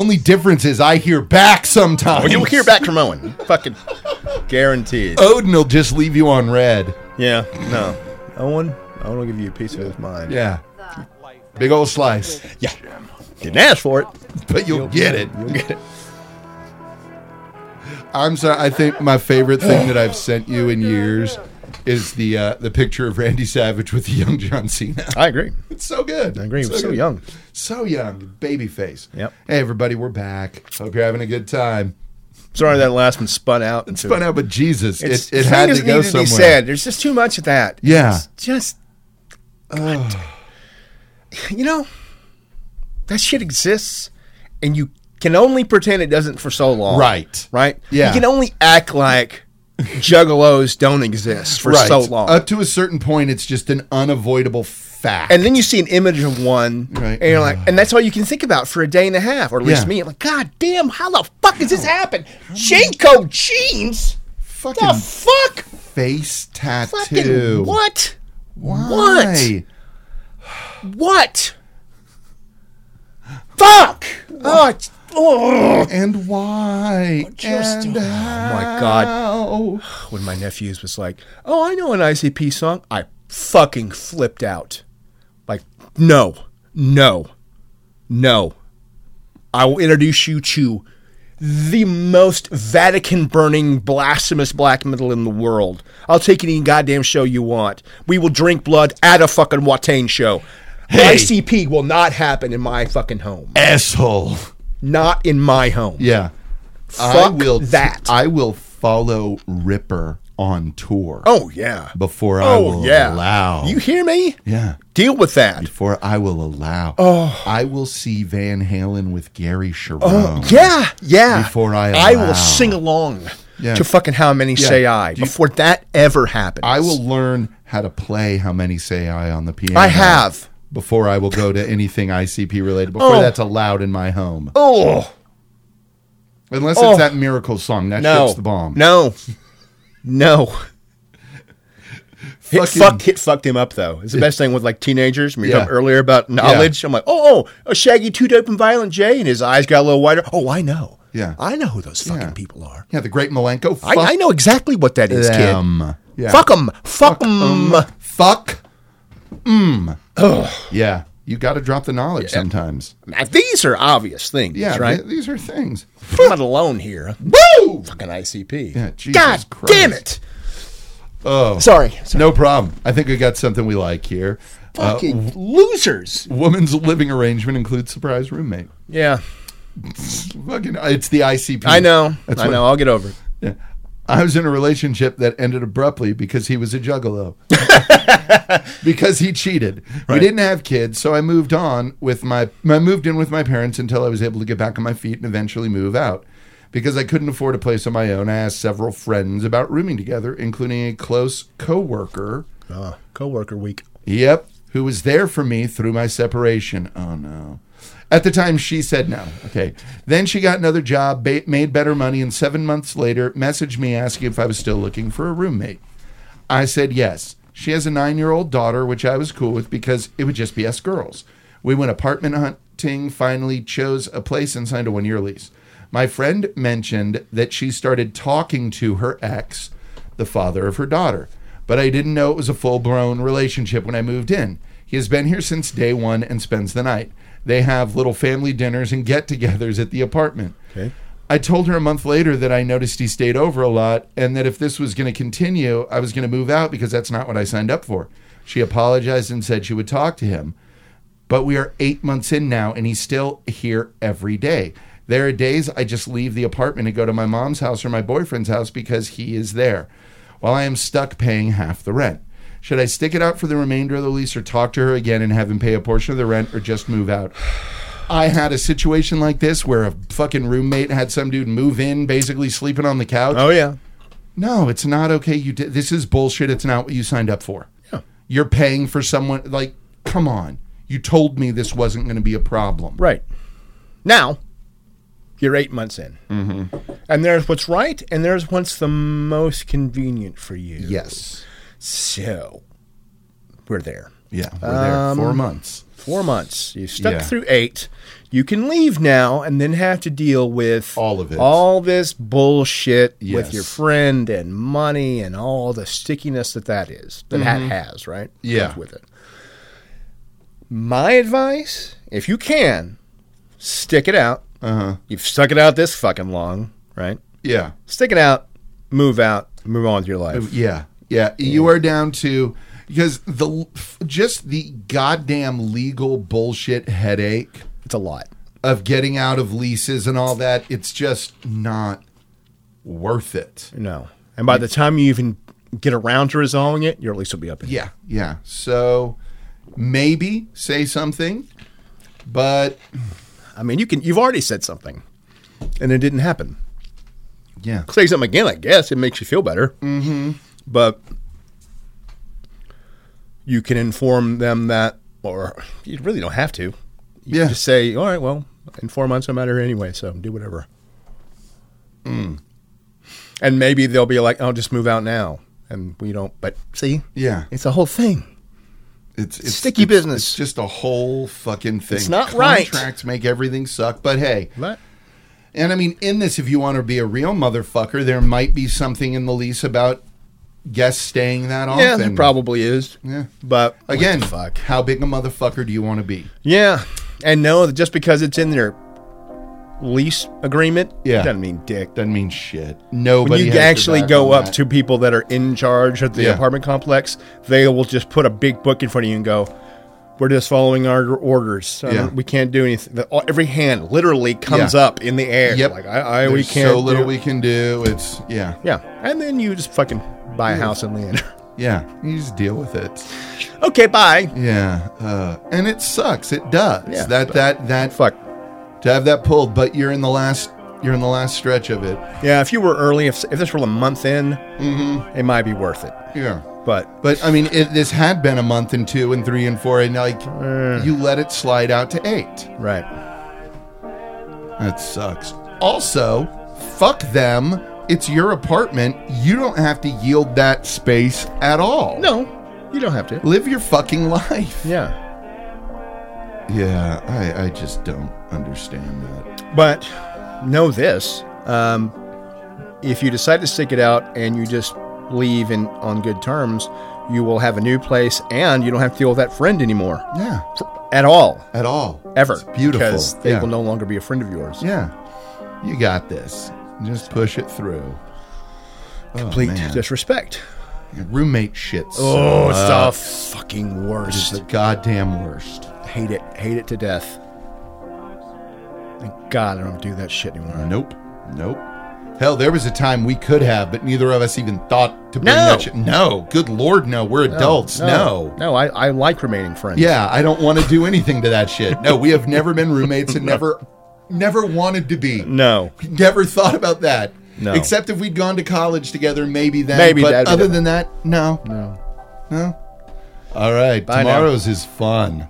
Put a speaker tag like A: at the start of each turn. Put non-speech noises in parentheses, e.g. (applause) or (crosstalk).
A: Only difference is I hear back sometimes.
B: Well, you'll Oh, hear back from Owen. Fucking guaranteed.
A: Odin will just leave you on red.
B: Yeah, no. Owen, I will give you a piece of his mind.
A: Yeah. Big old slice.
B: Yeah. Didn't ask for it.
A: But you'll get it.
B: You'll get it.
A: I'm sorry. I think my favorite thing that I've sent you in years is the uh, the picture of Randy Savage with the young John Cena. (laughs)
B: I agree.
A: It's so good.
B: I agree. He was so
A: good.
B: young.
A: So young. Baby face.
B: Yep.
A: Hey, everybody, we're back. Hope you're having a good time.
B: Sorry that last one spun out. into-
A: Spun out, but Jesus,
B: It's-
A: it, it
B: thing
A: had to
B: doesn't
A: go
B: need
A: somewhere.
B: Be said. There's just too much of that.
A: Yeah.
B: It's just. God. You know, that shit exists, and you can only pretend it doesn't for so long.
A: Right.
B: Right.
A: Yeah.
B: You can only act like juggalos don't exist for so long.
A: Up to a certain point, it's just an unavoidable fact.
B: and then you see an image of one,
A: Right.
B: and you're like, and that's all you can think about for a day and a half, or at least
A: Yeah.
B: me. I'm like, God damn, how the fuck has this happened? Janko jeans?
A: fucking
B: The fuck?
A: face
B: Fucking
A: tattoo.
B: what?
A: Why?
B: What? Fuck! Oh, it's- oh.
A: And why?
B: Just-
A: and
B: Oh my God.
A: how?
B: When my nephews was like, "Oh, I know an ICP song," I fucking flipped out. Like, no, no, no. I will introduce you to the most Vatican burning, blasphemous black metal in the world. I'll take any goddamn show you want. We will drink blood at a fucking Watane show.
A: Hey.
B: ICP will not happen in my fucking home.
A: Asshole.
B: Not in my home.
A: Yeah.
B: Fuck that.
A: I will follow Ripper on tour.
B: Oh yeah.
A: Before I
B: oh
A: will
B: yeah.
A: allow.
B: You hear me?
A: yeah.
B: Deal with that.
A: Before I will allow. Oh. I will see Van Halen with
B: Oh,
A: Gary Sharon.
B: Yeah, yeah.
A: Before I
B: I
A: allow.
B: will sing along
A: Yeah.
B: to fucking how many
A: Yeah.
B: say I
A: Do you-
B: before that ever happens.
A: I will learn how to play how many say I on the piano.
B: I have.
A: Before I will go to anything ICP related, before
B: Oh.
A: that's allowed in my home.
B: Oh
A: Unless
B: Oh.
A: it's that miracle song. That
B: no.
A: shit's the bomb.
B: No.
A: (laughs)
B: No. Hit,
A: Fucking-
B: fuck, hit fucked him up though. It's the best thing with like teenagers. When you
A: Yeah.
B: talked earlier about knowledge, I'm like, oh, oh, a shaggy, two dope, and violent J, and his eyes got a little wider. Oh, I know.
A: Yeah.
B: I know who those fucking
A: Yeah.
B: people are.
A: Yeah, the great Malenko.
B: I, I know exactly what that is,
A: them.
B: kid.
A: Yeah.
B: Fuck 'em. Fuck 'em.
A: Fuck. Mm. Yeah. You got to drop the knowledge sometimes.
B: Now, these are obvious things,
A: Yeah.
B: right?
A: th- these are things.
B: I'm not alone here.
A: Woo!
B: Fucking ICP.
A: Yeah, Jesus
B: God
A: Christ.
B: damn it.
A: Oh.
B: Sorry.
A: No problem. I think we got something we like here. Uh,
B: Fucking losers.
A: woman's living arrangement includes surprise roommate.
B: Yeah.
A: Fucking, it's the ICP.
B: I know.
A: That's
B: I
A: what-
B: know. I'll get over it.
A: Yeah. I was in a relationship that ended abruptly because he was a juggalo. because he cheated. We didn't have kids, so I moved on with my I moved in with my parents until I was able to get back on my feet and eventually move out. Because I couldn't afford a place on my own, I asked several friends about rooming together, including a close coworker.
B: Uh,
A: Ah,
B: coworker week.
A: Yep, who was there for me through my separation. Oh no. At the time, she said no. Okay. Then she got another job, ba- made better money, and seven months later, messaged me asking if I was still looking for a roommate. I said yes. She has a nine year old daughter, which I was cool with because it would just be us girls. We went apartment hunting, finally chose a place, and signed a one year lease. My friend mentioned that she started talking to her ex, the father of her daughter, but I didn't know it was a full blown relationship when I moved in. He has been here since day one and spends the night. They have little family dinners and get togethers at the apartment.
B: Okay.
A: I told her a month later that I noticed he stayed over a lot and that if this was going to continue, I was going to move out because that's not what I signed up for. She apologized and said she would talk to him. But we are eight months in now and he's still here every day. There are days I just leave the apartment and go to my mom's house or my boyfriend's house because he is there while I am stuck paying half the rent. Should I stick it out for the remainder of the lease or talk to her again and have him pay a portion of the rent or just move out? I had a situation like this where a fucking roommate had some dude move in, basically sleeping on the couch.
B: Oh, yeah.
A: No, it's not okay. You did this is bullshit. It's not what you signed up for.
B: Yeah.
A: You're paying for someone. Like, come on. You told me this wasn't going to be a problem.
B: Right. Now, you're eight months in. Mm-hmm. And there's what's right, and there's what's the most convenient for you.
A: Yes.
B: So, we're there. Um,
A: Yeah. We're there. Four months.
B: four months. You stuck
A: Yeah.
B: through eight. You can leave now and then have to deal with
A: All of it.
B: all this bullshit with your
A: Yes.
B: friend and money and all the stickiness that that is that that has right.
A: Mm-hmm. Yeah.
B: Comes with it. My advice, if you can, stick it out.
A: Uh huh.
B: You've stuck it out this fucking long, right?
A: Yeah.
B: Stick it out, move out, move on with your life.
A: Yeah, yeah. You are down to because the just the goddamn legal bullshit headache
B: It's a lot.
A: of getting out of leases and all that. It's just not worth it.
B: No. And by the time you even get around to resolving it, your lease will be up. In
A: Yeah, yeah. So maybe say something, but
B: I mean, you can. You've already said something, and it didn't happen.
A: yeah,
B: Say something again. I guess it makes you feel better. Mm-hmm. But you can inform them that, or you really don't have to. You
A: Yeah.
B: Just say, all right, well, in four months I'm out of here anyway, so do whatever.
A: Mm.
B: And maybe they'll be like, "I'll just move out now," and we don't. But see,
A: yeah.
B: it's a whole thing.
A: It's, it's
B: Sticky
A: it's-
B: business.
A: It's just a whole fucking thing.
B: It's not right.
A: Contracts make everything suck. But hey,
B: But
A: And I mean, in this, if you want to be a real motherfucker, there might be something in the lease about guests staying that often.
B: yeah, there probably is.
A: Yeah.
B: But
A: Again,
B: what the fuck.
A: how big a motherfucker do you want to be?
B: Yeah, and no, that just because it's in their lease agreement,
A: Yeah.
B: doesn't mean dick.
A: Doesn't mean shit.
B: When
A: Nobody.
B: you
A: has your
B: actually
A: back
B: go
A: on
B: up
A: that.
B: to people that are in charge of the
A: Yeah.
B: apartment complex, they will just put a big book in front of you and go, "We're just following our orders. Uh,
A: Yeah.
B: We can't do anything." The- all- Every hand literally comes
A: Yeah.
B: up in the air.
A: Yep.
B: Like I, I we
A: There's
B: can't.
A: So little
B: do-
A: we can do. It's yeah,
B: yeah, and then you just fucking buy a house and land.
A: yeah. You just deal with it.
B: (laughs) okay, bye.
A: Yeah, uh, and it sucks. It does.
B: Yeah,
A: that
B: but-
A: that that
B: Fuck.
A: to have that pulled, but you're in the last you're in the last stretch of it.
B: Yeah, if you were early, if, if this were a month in,
A: Mm-hmm.
B: it might be worth it.
A: Yeah.
B: But
A: But I mean, it, this had been a month and two and three and four, and like
B: Eh.
A: you let it slide out to eight.
B: right,
A: That sucks. Also, fuck them. It's your apartment. You don't have to yield that space at all.
B: no, you don't have to.
A: Live your fucking life.
B: Yeah.
A: Yeah, I, I just don't understand that.
B: But know this um, if you decide to stick it out and you just leave in, on good terms, you will have a new place and you don't have to deal with that friend anymore
A: Yeah,
B: at all,
A: at all.
B: ever.
A: It's beautiful.
B: Because they
A: yeah.
B: will no longer be a friend of yours.
A: Yeah, you got this. Just push it through. Oh,
B: Complete
A: man.
B: disrespect.
A: roommate shit.
B: Oh, it's
A: sucks.
B: the fucking
A: It's
B: worst.
A: the goddamn worst.
B: hate it. Hate it to death. Thank God I don't do that shit anymore.
A: Nope. Nope. Hell, there was a time we could have, but neither of us even thought to bring
B: No.
A: that shit. No. Good Lord, no. We're adults. No.
B: No, I, I like remaining friends.
A: Yeah, I don't want to do anything to that shit. No, we have never been roommates and never, never wanted to be.
B: No.
A: (laughs) Never thought about that.
B: No.
A: Except if we'd gone to college together, maybe then.
B: Maybe
A: but
B: that'd be
A: other
B: different.
A: than that, no.
B: No.
A: No. All right.
B: Bye now.
A: tomorrow's is fun.